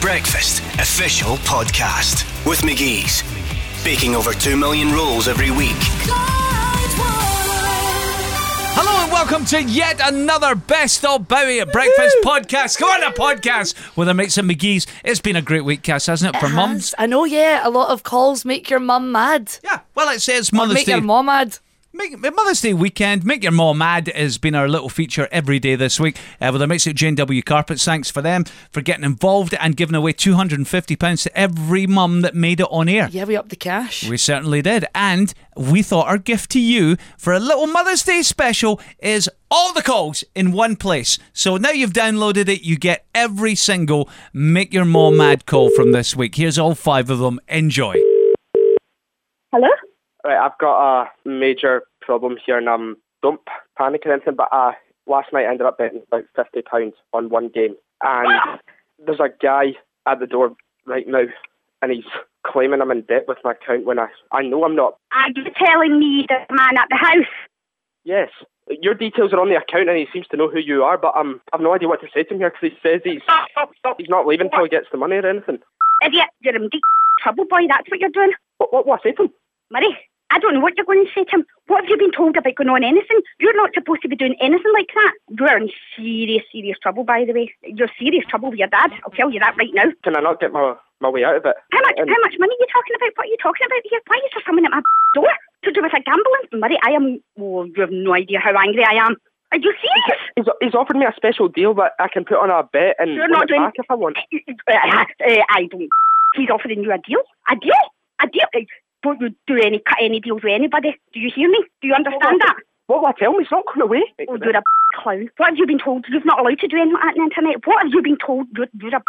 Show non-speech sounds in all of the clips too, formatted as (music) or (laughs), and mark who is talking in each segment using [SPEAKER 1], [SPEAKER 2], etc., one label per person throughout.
[SPEAKER 1] Breakfast Official Podcast with McGee's. Baking over 2 million rolls every week.
[SPEAKER 2] Hello and welcome to yet another Best of Bowie at Breakfast podcast. Come on, a podcast with our mates and McGee's. It's been a great week, Cass, hasn't it, for
[SPEAKER 3] It
[SPEAKER 2] mums?
[SPEAKER 3] has. I know, yeah. A lot of calls make your mum mad.
[SPEAKER 2] Yeah, well, it says
[SPEAKER 3] Or
[SPEAKER 2] Mother's
[SPEAKER 3] make
[SPEAKER 2] Day.
[SPEAKER 3] your mum mad.
[SPEAKER 2] Make, Mother's Day weekend, Make Your Mom Mad has been our little feature every day this week uh, with our mates at J&W Carpets. Thanks for them for getting involved and giving away £250 to every mum that made it on air.
[SPEAKER 3] Yeah, we upped the cash.
[SPEAKER 2] We certainly did. And we thought our gift to you for a little Mother's Day special is all the calls in one place. So now you've downloaded it, you get every single Make Your Mom Mad call from this week. Here's all five of them. Enjoy.
[SPEAKER 4] Hello?
[SPEAKER 5] Right, I've got a major problem here, and um, don't p- panic or anything, but uh, last night I ended up betting about fifty pounds on one game, and there's a guy at the door right now, and he's claiming I'm in debt with my account when I I know I'm not.
[SPEAKER 4] Are you telling me there's a man at the house?
[SPEAKER 5] Yes, your details are on the account, and he seems to know who you are, but um, I've no idea what to say to him here because he says he's
[SPEAKER 4] Stop, stop, stop.
[SPEAKER 5] he's not leaving until he gets the money or anything.
[SPEAKER 4] Idiot, you're in deep trouble, boy. That's what you're doing.
[SPEAKER 5] What what what I say to him?
[SPEAKER 4] Murray, I don't know what you're going to say to him. What have you been told about going on anything? You're not supposed to be doing anything like that. You're in serious, serious trouble, by the way. You're serious trouble with your dad. I'll tell you that right now.
[SPEAKER 5] Can I not get my my way out of it?
[SPEAKER 4] How much,
[SPEAKER 5] And-
[SPEAKER 4] how much money are you talking about? What are you talking about here? Why is there someone at my door to do with a gambling? Murray, I am... Oh, you have no idea how angry I am. Are you serious?
[SPEAKER 5] He's, he's offered me a special deal that I can put on a bet and
[SPEAKER 4] You're
[SPEAKER 5] win
[SPEAKER 4] not
[SPEAKER 5] it
[SPEAKER 4] doing-
[SPEAKER 5] back Hmm, if I want.
[SPEAKER 4] Uh, uh, I don't. He's offering you a deal. A deal? A deal? Uh, Don't you do any cut any deals with anybody? Do you hear me? Do you understand that?
[SPEAKER 5] What will I tell him? He's not going away.
[SPEAKER 4] Oh, you're a clown. What have you been told? You're not allowed to do anything like that on the internet. What have you been told? You're, you're a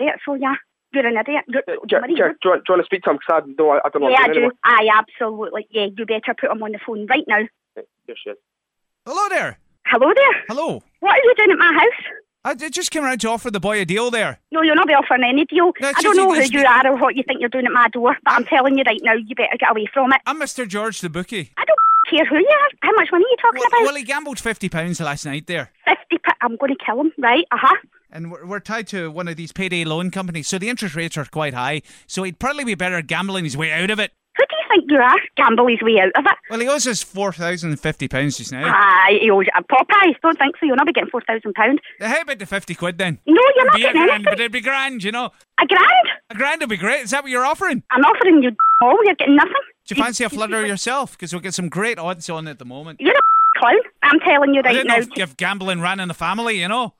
[SPEAKER 4] idiot. So yeah, you're an idiot. You're,
[SPEAKER 5] Do, do, do, do,
[SPEAKER 4] Marie,
[SPEAKER 5] you want to speak to him? Because I, no, I, I don't
[SPEAKER 4] you're-
[SPEAKER 5] want
[SPEAKER 4] yeah,
[SPEAKER 5] to
[SPEAKER 4] I do. I absolutely. Yeah, you better put him on the phone right now.
[SPEAKER 2] Hello there.
[SPEAKER 4] Hello there.
[SPEAKER 2] Hello.
[SPEAKER 4] What are you doing at my house?
[SPEAKER 2] I d- just came around to offer the boy a deal there.
[SPEAKER 4] No, you're not offering any deal.
[SPEAKER 2] No, it's
[SPEAKER 4] I don't
[SPEAKER 2] just-
[SPEAKER 4] know who
[SPEAKER 2] it's-
[SPEAKER 4] you are or what you think you're doing at my door, but I'm telling you right now, you better get away from it.
[SPEAKER 2] I'm Mr. George the bookie.
[SPEAKER 4] I don't care who you are. How much money are you talking
[SPEAKER 2] Well,
[SPEAKER 4] about?
[SPEAKER 2] well, he gambled £50 last night there.
[SPEAKER 4] Fifty. P- I'm going to kill him, right? Uh huh.
[SPEAKER 2] And we're, we're tied to one of these payday loan companies, so the interest rates are quite high. So he'd probably be better gambling his way out of it.
[SPEAKER 4] Who do you think you are? Gamble his way out of it.
[SPEAKER 2] Well, he owes us £4,050 just now.
[SPEAKER 4] Aye, he owes you a Popeyes. Don't think so. You'll not be getting four thousand pound.
[SPEAKER 2] How about the 50 quid then?
[SPEAKER 4] No, you're not
[SPEAKER 2] be a
[SPEAKER 4] getting
[SPEAKER 2] grand, but
[SPEAKER 4] anything.
[SPEAKER 2] it'd be grand, you know.
[SPEAKER 4] A grand?
[SPEAKER 2] A grand would be great. Is that what you're offering?
[SPEAKER 4] I'm offering you all. You're getting nothing.
[SPEAKER 2] Do you fancy a flutter yourself? Because we'll get some great odds on at the moment.
[SPEAKER 4] You're a (laughs) clown. I'm telling you
[SPEAKER 2] I
[SPEAKER 4] right
[SPEAKER 2] don't know
[SPEAKER 4] now.
[SPEAKER 2] if, if gambling ran in the family, you know.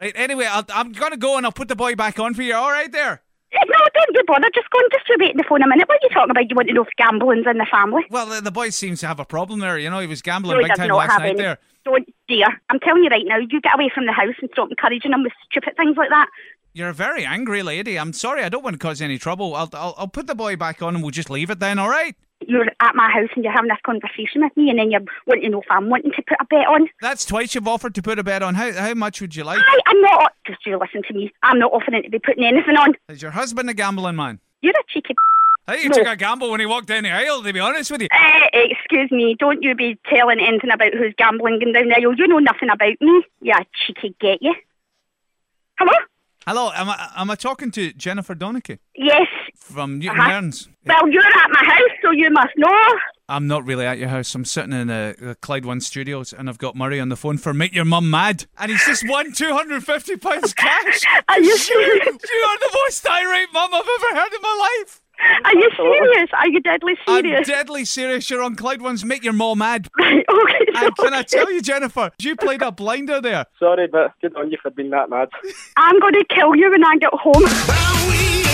[SPEAKER 2] Right, anyway, I'll, I'm going to go and I'll put the boy back on for you. All right there.
[SPEAKER 4] No, don't you bother. Just go and distribute the phone a minute. What are you talking about? You want to know if gambling's in the family?
[SPEAKER 2] Well, the, the boy seems to have a problem there. You know, he was gambling
[SPEAKER 4] No, he
[SPEAKER 2] big
[SPEAKER 4] does
[SPEAKER 2] time
[SPEAKER 4] not
[SPEAKER 2] last
[SPEAKER 4] have
[SPEAKER 2] night
[SPEAKER 4] any.
[SPEAKER 2] there.
[SPEAKER 4] Don't dare. I'm telling you right now. You get away from the house and stop encouraging him with stupid things like that.
[SPEAKER 2] You're a very angry lady. I'm sorry. I don't want to cause any trouble. I'll, I'll, I'll put the boy back on and we'll just leave it then. All right?
[SPEAKER 4] you're at my house and you're having this conversation with me, and then you're wanting to know if I'm wanting to put a bet on.
[SPEAKER 2] That's twice you've offered to put a bet on. How, how much would you like?
[SPEAKER 4] I am not. Just you listen to me. I'm not offering to be putting anything on.
[SPEAKER 2] Is your husband a gambling man?
[SPEAKER 4] You're a cheeky.
[SPEAKER 2] I think he
[SPEAKER 4] No.
[SPEAKER 2] took a gamble when he walked down the aisle, to be honest with you.
[SPEAKER 4] Uh, excuse me. Don't you be telling anything about who's gambling and down there. You know nothing about me. You cheeky get you. Hello.
[SPEAKER 2] Hello, am I, am I talking to Jennifer Donachie
[SPEAKER 4] Yes.
[SPEAKER 2] from Newton
[SPEAKER 4] Uh-huh.
[SPEAKER 2] Mearns?
[SPEAKER 4] Well, you're at my house, so you must know.
[SPEAKER 2] I'm not really at your house. I'm sitting in the, the Clyde One Studios and I've got Murray on the phone for Make Your Mum Mad. And he's just won £250 cash.
[SPEAKER 4] Are you
[SPEAKER 2] (laughs) you
[SPEAKER 4] serious?
[SPEAKER 2] are the most irate mum I've ever heard in my life.
[SPEAKER 4] Are you serious? Are you deadly
[SPEAKER 2] I'm
[SPEAKER 4] serious?
[SPEAKER 2] deadly serious. You're on Clyde One's Make Your Mum Mad.
[SPEAKER 4] (laughs) Right. Okay.
[SPEAKER 2] And can I
[SPEAKER 4] okay.
[SPEAKER 2] tell you, Jennifer, you played a blinder there.
[SPEAKER 5] Sorry, but good on you for being that mad.
[SPEAKER 4] I'm going to kill you when I get home.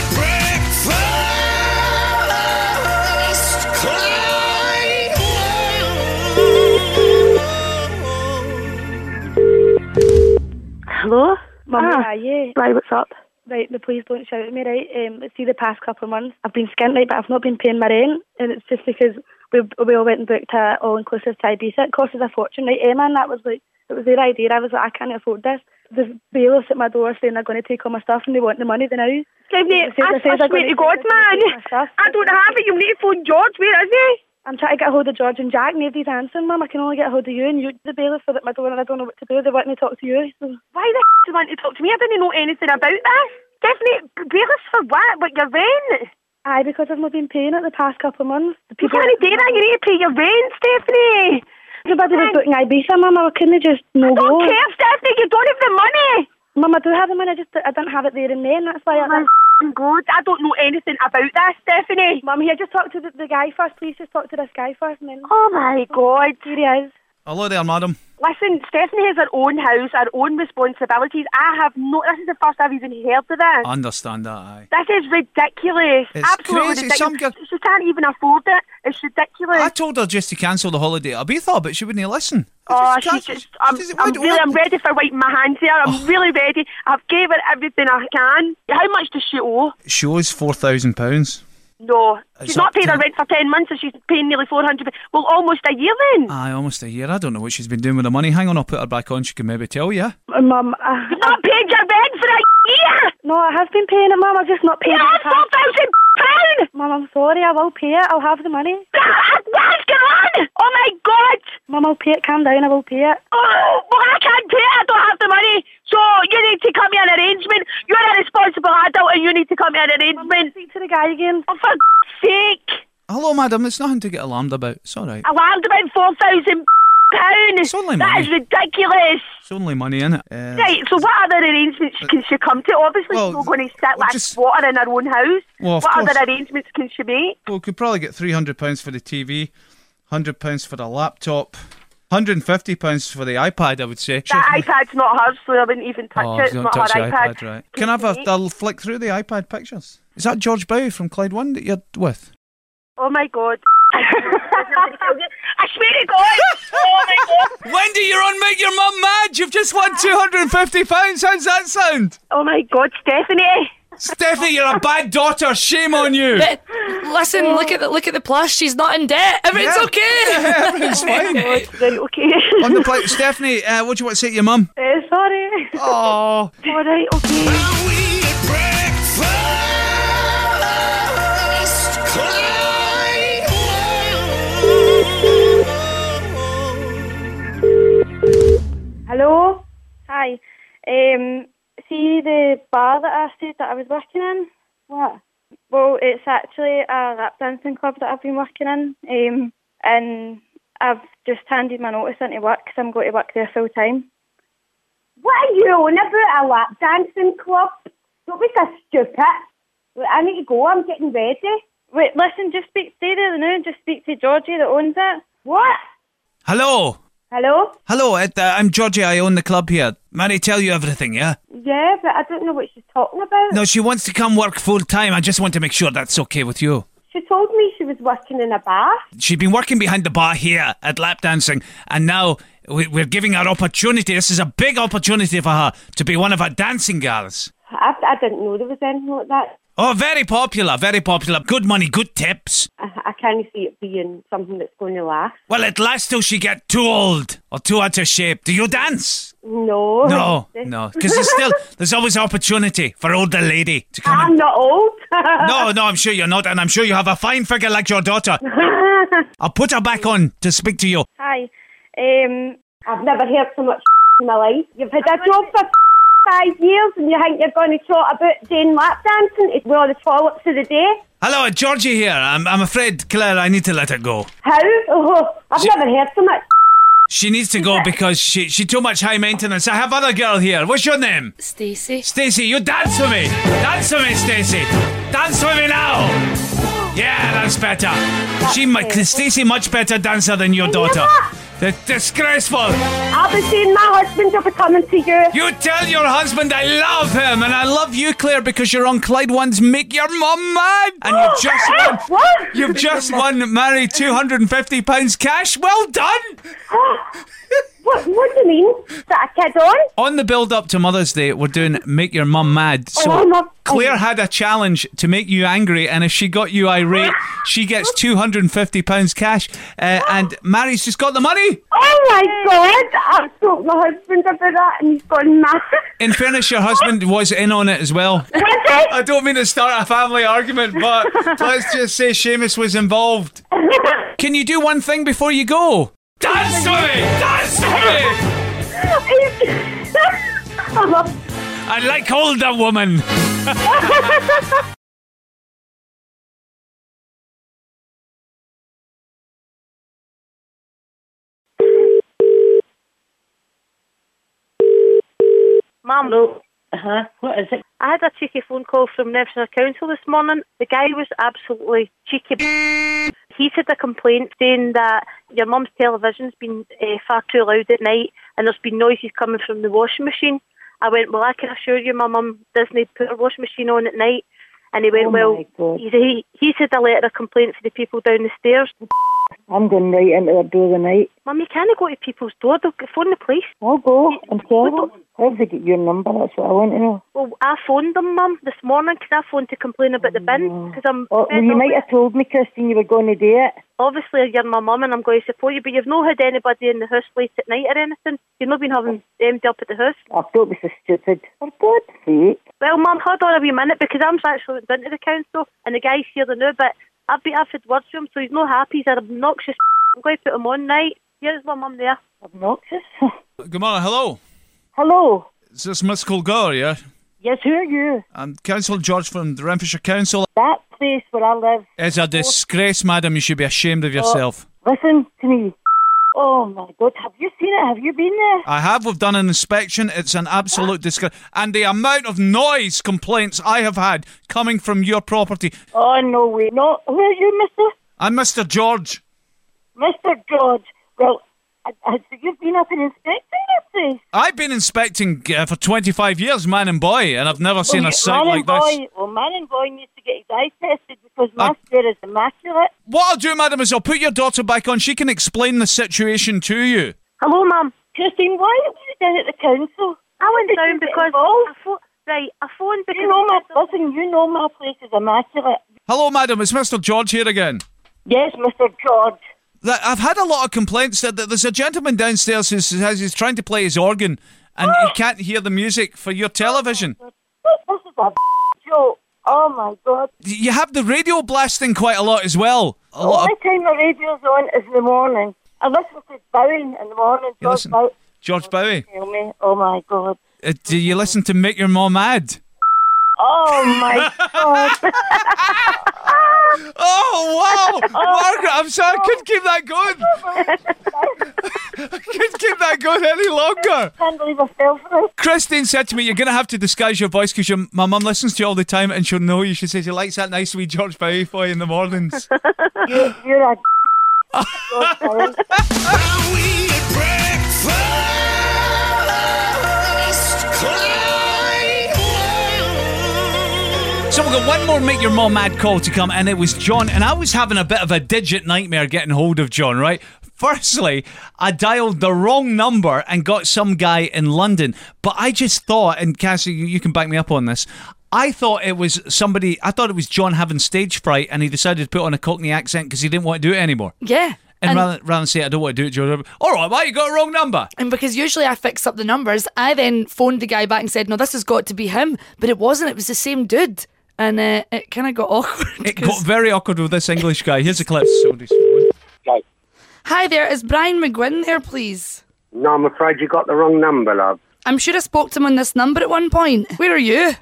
[SPEAKER 6] Hello?
[SPEAKER 7] Mum,
[SPEAKER 6] Ah.
[SPEAKER 7] ah. yeah.
[SPEAKER 6] Right, what's up?
[SPEAKER 7] Right, but please don't shout at me, right? Um, see, the past couple of months, I've been skint, right, but I've not been paying my rent, and it's just because we we all went and booked a all-inclusive to Ibiza. It cost us a fortune, right? Emma and that was like, it was their idea. I was like, I can't afford this. There's bailiffs at my door saying they're going to take all my stuff and they want the money, the now.
[SPEAKER 4] Stephanie,
[SPEAKER 7] They say
[SPEAKER 4] I, I
[SPEAKER 7] they're
[SPEAKER 4] swear
[SPEAKER 7] gonna
[SPEAKER 4] to
[SPEAKER 7] take-
[SPEAKER 4] God,
[SPEAKER 7] they're gonna take
[SPEAKER 4] man,
[SPEAKER 7] my stuff.
[SPEAKER 4] I don't have it. You need to phone George. Where is he?
[SPEAKER 7] I'm trying to get a hold of George and Jack, nobody's answering, Mum. I can only get a hold of you, and you, the bailiff, are at my door, and I don't know what to do. They want me to talk to you. So.
[SPEAKER 4] Why the f- do you want to talk to me? I didn't know anything about this.
[SPEAKER 8] Definitely bail us for what? What your rent?
[SPEAKER 7] Aye, because I've not been paying it the past couple of months. The
[SPEAKER 8] You can't do that. You need to pay your rent, Stephanie.
[SPEAKER 7] Everybody was booking Ibiza, Mum. I couldn't have just no
[SPEAKER 8] Don't
[SPEAKER 7] go.
[SPEAKER 8] care, Stephanie. You don't have the money.
[SPEAKER 7] Mum, I do have the money. I just I didn't have it there and then. That's why.
[SPEAKER 8] Oh,
[SPEAKER 7] I,
[SPEAKER 8] I'm good. I don't know anything about that, Stephanie.
[SPEAKER 7] Mum, here, just talk to the, the guy first, please. Just talk to this guy first, and then
[SPEAKER 8] Oh my God.
[SPEAKER 7] here he is.
[SPEAKER 2] Hello there, madam.
[SPEAKER 8] Listen, Stephanie has her own house, her own responsibilities. I have no. This is the first I've even heard of this.
[SPEAKER 2] I understand that, aye.
[SPEAKER 8] This is ridiculous.
[SPEAKER 2] It's
[SPEAKER 8] Absolutely
[SPEAKER 2] crazy.
[SPEAKER 8] ridiculous.
[SPEAKER 2] Some girl-
[SPEAKER 8] She can't even afford it. It's ridiculous.
[SPEAKER 2] I told her just to cancel the holiday at Ibiza, but she wouldn't listen.
[SPEAKER 8] Oh,
[SPEAKER 2] I
[SPEAKER 8] she's
[SPEAKER 2] can't-
[SPEAKER 8] just, I'm,
[SPEAKER 2] she said,
[SPEAKER 8] I'm
[SPEAKER 2] "Why do- Oh.
[SPEAKER 8] really, I'm
[SPEAKER 2] why-
[SPEAKER 8] ready for wiping my hands here. I'm really ready. I've gave her everything I can. How much does she owe?
[SPEAKER 2] She owes £4,000.
[SPEAKER 8] No, she's
[SPEAKER 2] It's
[SPEAKER 8] not
[SPEAKER 2] up
[SPEAKER 8] paid
[SPEAKER 2] to-
[SPEAKER 8] her rent for ten months, and she's paying nearly four hundred. Well, almost a year then.
[SPEAKER 2] Aye, almost a year. I don't know what she's been doing with the money. Hang on, I'll put her back on. She can maybe tell you.
[SPEAKER 7] Uh, Mum, I,
[SPEAKER 8] You've not paid your rent for a year.
[SPEAKER 7] no, I have been paying it, Mum. I've just not paid
[SPEAKER 8] You
[SPEAKER 7] it.
[SPEAKER 8] owe
[SPEAKER 7] the
[SPEAKER 8] four
[SPEAKER 7] past-
[SPEAKER 8] thousand pound.
[SPEAKER 7] Mum, I'm sorry. I will pay it. I'll have the money.
[SPEAKER 8] What's going on? Oh my god.
[SPEAKER 7] Mum, I'll pay it. Calm down. I will pay it.
[SPEAKER 8] Oh, well, I can't pay. it. I don't have the money. So you need to come to an arrangement. You're a responsible adult, and you need to come to an arrangement.
[SPEAKER 7] Speak to the guy again.
[SPEAKER 8] Oh, for sake.
[SPEAKER 2] Hello, madam. It's nothing to get alarmed about. It's all right.
[SPEAKER 8] alarmed about four thousand pounds.
[SPEAKER 2] It's only
[SPEAKER 8] That
[SPEAKER 2] money.
[SPEAKER 8] is ridiculous.
[SPEAKER 2] It's only money, innit? Uh,
[SPEAKER 8] Right, so what other arrangements can she come to? Obviously,
[SPEAKER 2] Well,
[SPEAKER 8] she's not going to sit like
[SPEAKER 2] just-
[SPEAKER 8] water in her own house.
[SPEAKER 2] Well, of
[SPEAKER 8] what
[SPEAKER 2] course.
[SPEAKER 8] other arrangements can she make?
[SPEAKER 2] Well, we could probably get three hundred pounds for the TV, hundred pounds for the laptop, hundred and fifty pounds for the iPad. I would say.
[SPEAKER 8] That
[SPEAKER 2] Sure.
[SPEAKER 8] iPad's not hers, so I wouldn't even touch
[SPEAKER 2] Oh,
[SPEAKER 8] it. It's
[SPEAKER 2] don't
[SPEAKER 8] not
[SPEAKER 2] touch the
[SPEAKER 8] her iPad.
[SPEAKER 2] iPad, right? Can I have a, a flick through the iPad pictures? Is that George Bowie from Clyde One that you're with?
[SPEAKER 8] Oh my god. (laughs) I swear to God.
[SPEAKER 2] (laughs)
[SPEAKER 8] Oh my god.
[SPEAKER 2] Wendy, you're on Make Your Mum Mad. You've just won two hundred and fifty pounds. How's that sound?
[SPEAKER 8] Oh my god, Stephanie.
[SPEAKER 2] Stephanie, you're a bad daughter. Shame on you.
[SPEAKER 3] But listen, look at the look at the plus. She's not in debt. Everything's
[SPEAKER 2] (laughs) Yeah.
[SPEAKER 3] okay. Oh
[SPEAKER 2] Everything's fine.
[SPEAKER 8] Right, okay.
[SPEAKER 2] On the plate, Stephanie. Uh, what do you want to say to your mum?
[SPEAKER 7] Uh, sorry.
[SPEAKER 2] Oh,
[SPEAKER 8] (laughs) All right, okay.
[SPEAKER 1] Are we at breakfast?
[SPEAKER 7] Hello. Hi. Um, see the bar that I said that I was working in. What? Well, it's actually a lap dancing club that I've been working in, um, and I've just handed my notice into work because I'm going to work there full time.
[SPEAKER 8] What are you on about a lap dancing club? Don't be so stupid. I need to go. I'm getting ready.
[SPEAKER 7] Wait, listen. Just speak. Stay there now and just speak to Georgie that owns it.
[SPEAKER 8] What?
[SPEAKER 2] hello.
[SPEAKER 7] Hello.
[SPEAKER 2] Hello, Ed, uh, I'm Georgie. I own the club here. Mary, tell you everything, yeah?
[SPEAKER 7] Yeah, but I don't know what she's talking about.
[SPEAKER 2] No, she wants to come work full time. I just want to make sure that's okay with you.
[SPEAKER 7] She told me she was working in a bar.
[SPEAKER 2] She's been working behind the bar here at lap dancing, and now we- we're giving her opportunity. This is a big opportunity for her to be one of our dancing girls.
[SPEAKER 7] I, I didn't know there was anything like that.
[SPEAKER 2] Oh, very popular, very popular. Good money, good tips.
[SPEAKER 7] I, I can't see it being something that's going to last.
[SPEAKER 2] Well, it lasts till she get too old or too out of shape. Do you dance?
[SPEAKER 7] No.
[SPEAKER 8] (laughs)
[SPEAKER 2] No, no, because there's
[SPEAKER 7] (laughs)
[SPEAKER 2] still there's always opportunity for older lady to come.
[SPEAKER 7] I'm
[SPEAKER 2] in.
[SPEAKER 7] not
[SPEAKER 8] (laughs)
[SPEAKER 7] old.
[SPEAKER 2] No, no, I'm sure you're not, and I'm sure you have a fine figure like your
[SPEAKER 7] (laughs)
[SPEAKER 2] daughter. I'll put her back on to speak to you.
[SPEAKER 7] Hi. Um,
[SPEAKER 8] I've never heard so much (laughs) in my life. You've had a job for (laughs) five years and you think you're going to talk about doing lap dancing? It's one of the toilets of the day.
[SPEAKER 2] Hello, Georgie here. I'm, I'm afraid, Claire, I need to let her go.
[SPEAKER 8] How? (laughs) Oh, I've never heard so much.
[SPEAKER 2] She needs to go because she she too much high maintenance. I have other girl here. What's your name?
[SPEAKER 3] Stacey.
[SPEAKER 2] Stacey, you dance with me. Dance with me, Stacey. Dance with me now. Yeah, that's better. She, mu- Stacey, much better dancer than your daughter. That's disgraceful.
[SPEAKER 8] I'll be seeing my husband. I'll be coming to you.
[SPEAKER 2] You tell your husband I love him and I love you, Claire, because you're on Clyde One's Make Your Mum Mad. And
[SPEAKER 8] (gasps)
[SPEAKER 2] you've just won.
[SPEAKER 8] What?
[SPEAKER 2] You've just won, Mary, £250 cash. Well done.
[SPEAKER 8] What, what do you mean? Is that a kid on?
[SPEAKER 2] on the build up to Mother's Day, we're doing Make Your Mum Mad. So
[SPEAKER 8] Oh, no.
[SPEAKER 2] Claire had a challenge to make you angry, and if she got you irate, she
[SPEAKER 8] (laughs)
[SPEAKER 2] gets £250 cash. Uh, and Mary's just got the money.
[SPEAKER 8] Oh my god! I've told my husband about that and he's gone mad.
[SPEAKER 2] In fairness, your husband was in on it as well.
[SPEAKER 8] Was it?
[SPEAKER 2] I don't mean to start a family argument,
[SPEAKER 9] (laughs)
[SPEAKER 2] but let's just say Seamus was involved. Can you do one thing before you go? Dance with me! Dance with me!
[SPEAKER 8] I'm a
[SPEAKER 2] I like older woman.
[SPEAKER 6] Mum,
[SPEAKER 9] Hello. Uh-huh. What is it?
[SPEAKER 6] I had a cheeky phone call from Nevshire Council this morning. The guy was absolutely cheeky. He's had a complaint saying that your mum's television's been uh, far too loud at night and there's been noises coming from the washing machine. I went, well, I can assure you my mum doesn't put her washing machine on at night. And he went,
[SPEAKER 9] Oh my
[SPEAKER 6] well,
[SPEAKER 9] God.
[SPEAKER 6] he's, he, he's had a letter of complaint for the people down the stairs.
[SPEAKER 9] I'm going right into her door tonight.
[SPEAKER 6] Mum, you can't go to people's door. They'll phone the police.
[SPEAKER 9] I'll go and tell them. How did they get your number? That's what I want to know.
[SPEAKER 6] Well, I phoned them, Mum, this morning 'cause I phoned to complain about the bin because I'm.
[SPEAKER 9] Or, Oh. well,
[SPEAKER 6] fed
[SPEAKER 9] you
[SPEAKER 6] up
[SPEAKER 9] might
[SPEAKER 6] with it.
[SPEAKER 9] have told me, Christine, you were going to do it.
[SPEAKER 6] obviously you're my mum and I'm going to support you, but you've not had anybody in the house late at night or anything. You've not been having empty up at the house.
[SPEAKER 9] I thought it was so stupid. For God's sake.
[SPEAKER 6] Well, mum, hold on a wee minute because I'm actually been to the council and the guy's here to know, but I've been I've had words with him, so he's not happy. He's an obnoxious. (laughs) I'm going to put him on night. Here's my mum there.
[SPEAKER 9] Obnoxious.
[SPEAKER 2] Good morning. Hello.
[SPEAKER 9] Hello.
[SPEAKER 2] Is this Muscle Gore, yeah?
[SPEAKER 9] Yes, who are you?
[SPEAKER 2] I'm Council George from the Renfrewshire Council.
[SPEAKER 9] That Oh. place where I live.
[SPEAKER 2] It's a disgrace, madam. You should be ashamed
[SPEAKER 9] Oh.
[SPEAKER 2] of yourself.
[SPEAKER 9] Listen to me. Oh my God, have you seen it? Have you been there?
[SPEAKER 2] I have. We've done an inspection. It's an absolute disgrace. And the amount of noise complaints I have had coming from your property.
[SPEAKER 9] Oh no way. No, who are you, Mister?
[SPEAKER 2] I'm Mr. George.
[SPEAKER 9] Mister George. Well, I- I- so you've been up and inspecting that place.
[SPEAKER 2] I've been inspecting uh, for 25 years, man and boy, and I've never seen
[SPEAKER 9] Well,
[SPEAKER 2] a sight
[SPEAKER 9] man
[SPEAKER 2] like
[SPEAKER 9] and
[SPEAKER 2] this.
[SPEAKER 9] boy, well, man and boy needs to get his eyes tested because
[SPEAKER 2] I-
[SPEAKER 9] my square is immaculate.
[SPEAKER 2] What I'll do, madam, is I'll put your daughter back on. She can explain the situation to you.
[SPEAKER 6] Hello, mum.
[SPEAKER 9] Christine, why are you down at the council?
[SPEAKER 6] I went
[SPEAKER 9] Did
[SPEAKER 6] down
[SPEAKER 9] you get
[SPEAKER 6] because
[SPEAKER 9] involved?
[SPEAKER 6] I pho- right. I phoned because
[SPEAKER 9] You know my listen. You know my place is immaculate.
[SPEAKER 2] Hello, madam. It's Mr. George here again.
[SPEAKER 9] Yes, Mister George.
[SPEAKER 2] That I've had a lot of complaints that, that there's a gentleman downstairs who says he's trying to play his organ and
[SPEAKER 9] Ah!
[SPEAKER 2] he can't hear the music for your television.
[SPEAKER 9] This is a joke. Oh my God.
[SPEAKER 2] You have the radio blasting quite a lot as well. A lot
[SPEAKER 9] the
[SPEAKER 2] of,
[SPEAKER 9] only time the radio's on is in the morning. I listen to Bowen in the morning.
[SPEAKER 2] (laughs) You
[SPEAKER 9] George
[SPEAKER 2] listen-
[SPEAKER 9] Bowen
[SPEAKER 2] George Bowie.
[SPEAKER 9] tell me, oh my God.
[SPEAKER 2] Uh, do you listen to Make Your Mom Mad? (laughs)
[SPEAKER 6] (laughs)
[SPEAKER 9] Oh my God.
[SPEAKER 2] Oh wow, Margaret! I'm sorry, I couldn't keep that going. I couldn't keep that going any longer.
[SPEAKER 9] (laughs) can't believe I fell for this.
[SPEAKER 2] Christine said to me, "You're going to have to disguise your voice because my mum listens to you all the time, and she'll know you." She says she likes that nice wee George Bowie boy in the mornings.
[SPEAKER 9] You're a George Bowen.
[SPEAKER 1] Are we at breakfast? Clyde?
[SPEAKER 2] So we've got one more Make Your Mom Mad call to come, and it was John. And I was having a bit of a digit nightmare getting hold of John, right? (laughs) Firstly, I dialed the wrong number and got some guy in London. But I just thought, and Cassie, you, you can back me up on this. I thought it was somebody, I thought it was John having stage fright and he decided to put on a Cockney accent because he didn't want to do it anymore.
[SPEAKER 3] (laughs) Yeah.
[SPEAKER 2] And,
[SPEAKER 3] And,
[SPEAKER 2] rather, rather than say, I don't want to do it, John, all right, well, you got a wrong number.
[SPEAKER 3] and because usually I fix up the numbers, I then phoned the guy back and said, no, this has got to be him. But it wasn't. It was the same dude. And uh, it kind of got (laughs) awkward.
[SPEAKER 2] It
[SPEAKER 3] 'cause-
[SPEAKER 2] got very awkward with this English guy. Here's a clip. Somebody's phone.
[SPEAKER 3] Hi there. Is Brian McGuinn there, please?
[SPEAKER 5] No, I'm afraid you got the wrong number, love.
[SPEAKER 3] I'm sure I spoke to him on this number at one point. Where are you?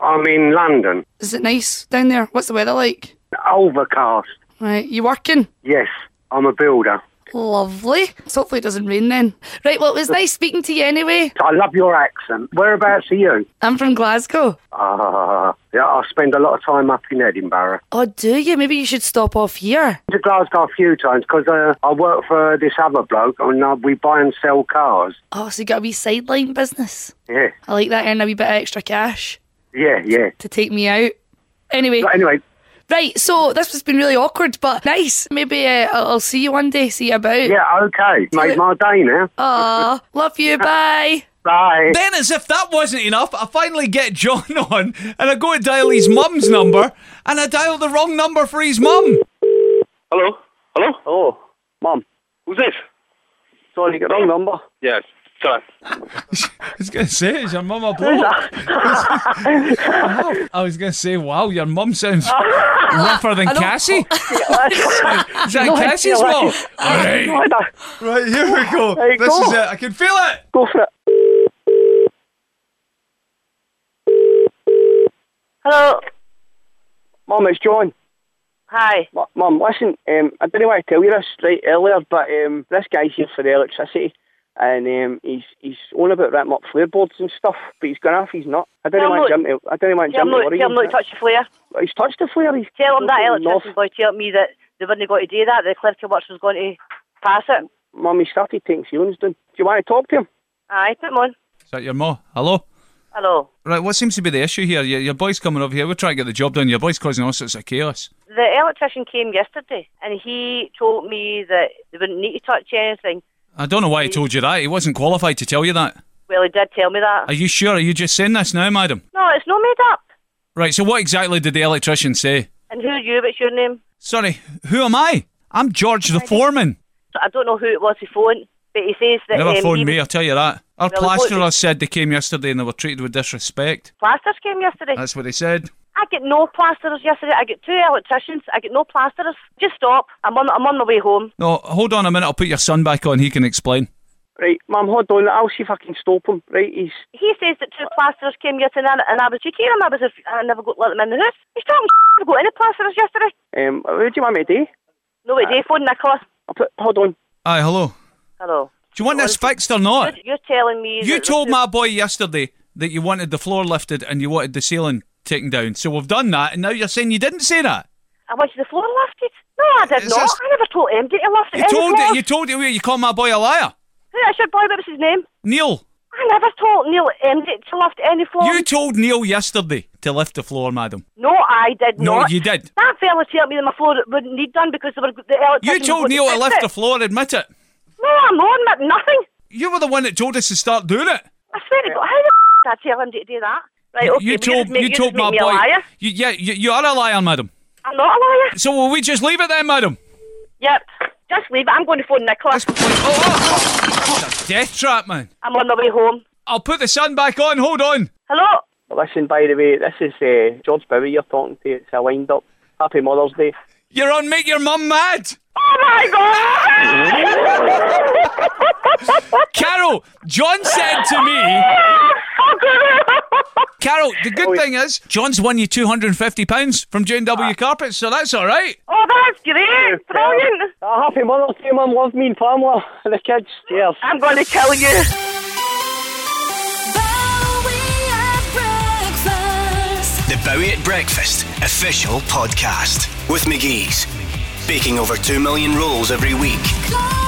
[SPEAKER 5] I'm in London.
[SPEAKER 3] Is it nice down there? What's the weather like?
[SPEAKER 5] Overcast.
[SPEAKER 3] Right. You working?
[SPEAKER 5] Yes, I'm a builder.
[SPEAKER 3] Lovely. So hopefully it doesn't rain then. Right, well, it was nice speaking to you anyway.
[SPEAKER 5] I love your accent. Whereabouts are you?
[SPEAKER 3] I'm from Glasgow.
[SPEAKER 5] Ah, yeah, I spend a lot of time up in Edinburgh.
[SPEAKER 3] Oh, do you? Maybe you should stop off here.
[SPEAKER 5] to Glasgow a few times because uh, I work for this other bloke and uh, we buy and sell cars.
[SPEAKER 3] Oh, so you got a wee sideline business.
[SPEAKER 5] Yeah,
[SPEAKER 3] I like that, earn a wee bit of extra cash
[SPEAKER 5] yeah, yeah.
[SPEAKER 3] to take me out. Anyway,
[SPEAKER 5] But anyway,
[SPEAKER 3] right, so this has been really awkward, but nice. Maybe uh, I'll I'll see you one day, see you about.
[SPEAKER 5] yeah, okay. Made my day now.
[SPEAKER 3] Aw, love
[SPEAKER 5] (laughs)
[SPEAKER 3] you, bye.
[SPEAKER 5] Bye.
[SPEAKER 2] Then, as if that wasn't enough, I finally get John (laughs) on and I go to dial his mum's number and I dial the wrong number for his mum.
[SPEAKER 10] Hello? Hello?
[SPEAKER 5] Oh, Mum,
[SPEAKER 10] Who's this?
[SPEAKER 5] sorry, you got the wrong number.
[SPEAKER 10] Yes. Sorry.
[SPEAKER 2] (laughs) I was going to say, is your mum a bloke? I was going to say, wow, your mum sounds rougher than Cassie. Is that Cassie's mum? Right. right, here we go.
[SPEAKER 5] There you
[SPEAKER 2] This
[SPEAKER 5] go.
[SPEAKER 2] is it. I can feel it.
[SPEAKER 5] Go for it.
[SPEAKER 6] Hello.
[SPEAKER 10] Mum, it's John.
[SPEAKER 6] Hi.
[SPEAKER 10] M- Mum, listen, um, I didn't want to tell you this right earlier, but um, this guy's here for the electricity, and um, he's he's on about wrapping up flare boards and stuff, but he's gone off his nut. I didn't
[SPEAKER 6] Tell
[SPEAKER 10] want
[SPEAKER 6] him
[SPEAKER 10] Jim to. I didn't want
[SPEAKER 6] Tell
[SPEAKER 10] Jim
[SPEAKER 6] him
[SPEAKER 10] to
[SPEAKER 6] not,
[SPEAKER 10] worry.
[SPEAKER 6] tell him not to touch the flare.
[SPEAKER 10] He's touched the flare. He's
[SPEAKER 6] Tell him that
[SPEAKER 10] he's
[SPEAKER 6] electrician
[SPEAKER 10] off.
[SPEAKER 6] boy told me that they weren't going to do that, the clerical works was going to pass it.
[SPEAKER 10] Mum, he started taking feelings down. Do you want to talk to him?
[SPEAKER 6] Aye, put him on.
[SPEAKER 2] Is that your mo? Hello?
[SPEAKER 6] Hello.
[SPEAKER 2] Right, what seems to be the issue here? Your, your boy's coming over here. We're trying to get the job done. Your boy's causing all sorts of chaos.
[SPEAKER 6] The electrician came yesterday and he told me that they wouldn't need to touch anything.
[SPEAKER 2] I don't know why he told you that. He wasn't qualified to tell you that.
[SPEAKER 6] Well, he did tell me that.
[SPEAKER 2] Are you sure? Are you just saying this now, madam?
[SPEAKER 6] No, it's not made up.
[SPEAKER 2] Right, so what exactly did the electrician say?
[SPEAKER 6] And who are you? What's your name?
[SPEAKER 2] Sorry, who am I? I'm George the foreman.
[SPEAKER 6] So I don't know who it was who phoned, but he says that
[SPEAKER 2] Never
[SPEAKER 6] um, he
[SPEAKER 2] phoned me,
[SPEAKER 6] was-
[SPEAKER 2] I'll tell you that. Our
[SPEAKER 6] Well, what-
[SPEAKER 2] plasterer said they came yesterday and they were treated with disrespect.
[SPEAKER 6] plasters came yesterday.
[SPEAKER 2] That's what they said.
[SPEAKER 6] I get no plasterers yesterday. I get two electricians. I get no plasterers. Just stop. I'm on. I'm on my way home.
[SPEAKER 2] No, hold on a minute. I'll put your son back on. He can explain.
[SPEAKER 10] Right, Mum, hold on. I'll see if I can stop him. Right, he's
[SPEAKER 6] He says that two plasterers came yesterday, and I- and I was cheeky and I was. a- and I never got let them in the house. He's talking. I got any plasterers yesterday?
[SPEAKER 10] um. What do you want me to do?
[SPEAKER 6] No, wait. They phoned Nicola.
[SPEAKER 10] I'll put, hold on.
[SPEAKER 2] Aye, hello.
[SPEAKER 6] Hello.
[SPEAKER 2] Do you want this fixed or not?
[SPEAKER 6] You're telling me.
[SPEAKER 2] You
[SPEAKER 6] that
[SPEAKER 2] told
[SPEAKER 6] this-
[SPEAKER 2] my boy yesterday that you wanted the floor lifted and you wanted the ceiling taken down. So we've done that, and now you're saying you didn't say that.
[SPEAKER 6] I wanted the floor lifted. No, I did
[SPEAKER 2] It's
[SPEAKER 6] not.
[SPEAKER 2] just-
[SPEAKER 6] I never told MD to lift
[SPEAKER 2] You
[SPEAKER 6] any
[SPEAKER 2] told
[SPEAKER 6] floors.
[SPEAKER 2] it. You told it. You called my boy a liar,
[SPEAKER 6] Who is your boy? What was his name?
[SPEAKER 2] Neil.
[SPEAKER 6] I never told Neil MD to lift any floor.
[SPEAKER 2] You told Neil yesterday to lift the floor, madam.
[SPEAKER 6] No, I did
[SPEAKER 2] No,
[SPEAKER 6] not.
[SPEAKER 2] you did.
[SPEAKER 6] That fella told me that my floor wouldn't need done because they were the electrician
[SPEAKER 2] You
[SPEAKER 6] was
[SPEAKER 2] told
[SPEAKER 6] going
[SPEAKER 2] Neil to
[SPEAKER 6] fix
[SPEAKER 2] lift
[SPEAKER 6] it.
[SPEAKER 2] the floor. Admit it.
[SPEAKER 6] No, I'm not admitting nothing.
[SPEAKER 2] You were the one that told us to start doing it.
[SPEAKER 6] I swear to God, how the f- did I tell him to do that? Right, okay,
[SPEAKER 2] you
[SPEAKER 6] but
[SPEAKER 2] told
[SPEAKER 6] just make,
[SPEAKER 2] you
[SPEAKER 6] just
[SPEAKER 2] told
[SPEAKER 6] make
[SPEAKER 2] my
[SPEAKER 6] me
[SPEAKER 2] boy.
[SPEAKER 6] a liar.
[SPEAKER 2] You, yeah, you, you are a liar, madam.
[SPEAKER 6] I'm not a liar.
[SPEAKER 2] So will we just leave it then, madam?
[SPEAKER 6] Yep. Just leave it. I'm going to phone Nicholas.
[SPEAKER 2] That's oh, oh, oh, it's a death trap, man.
[SPEAKER 6] I'm on my way home.
[SPEAKER 2] I'll put the sun back on. Hold on.
[SPEAKER 6] Hello?
[SPEAKER 10] Listen, by the way, this is uh, George Bowie you're talking to. It's a wind up. Happy Mother's Day.
[SPEAKER 2] You're on. Make your mum mad.
[SPEAKER 6] Oh my God!
[SPEAKER 2] Carol, John said to me. Carol, the
[SPEAKER 6] Oh,
[SPEAKER 2] good thing is, John's won you £250 from J&W Carpets, so that's all right.
[SPEAKER 6] Ah. Oh, that's great. Brilliant.
[SPEAKER 10] Ah, happy Mother's Day, Mum. Love me and Pamela and (laughs) the kids. Cheers.
[SPEAKER 6] I'm going to kill you.
[SPEAKER 11] The Bowie at Breakfast official podcast with McGee's. Baking over 2 million rolls every week.
[SPEAKER 12] Go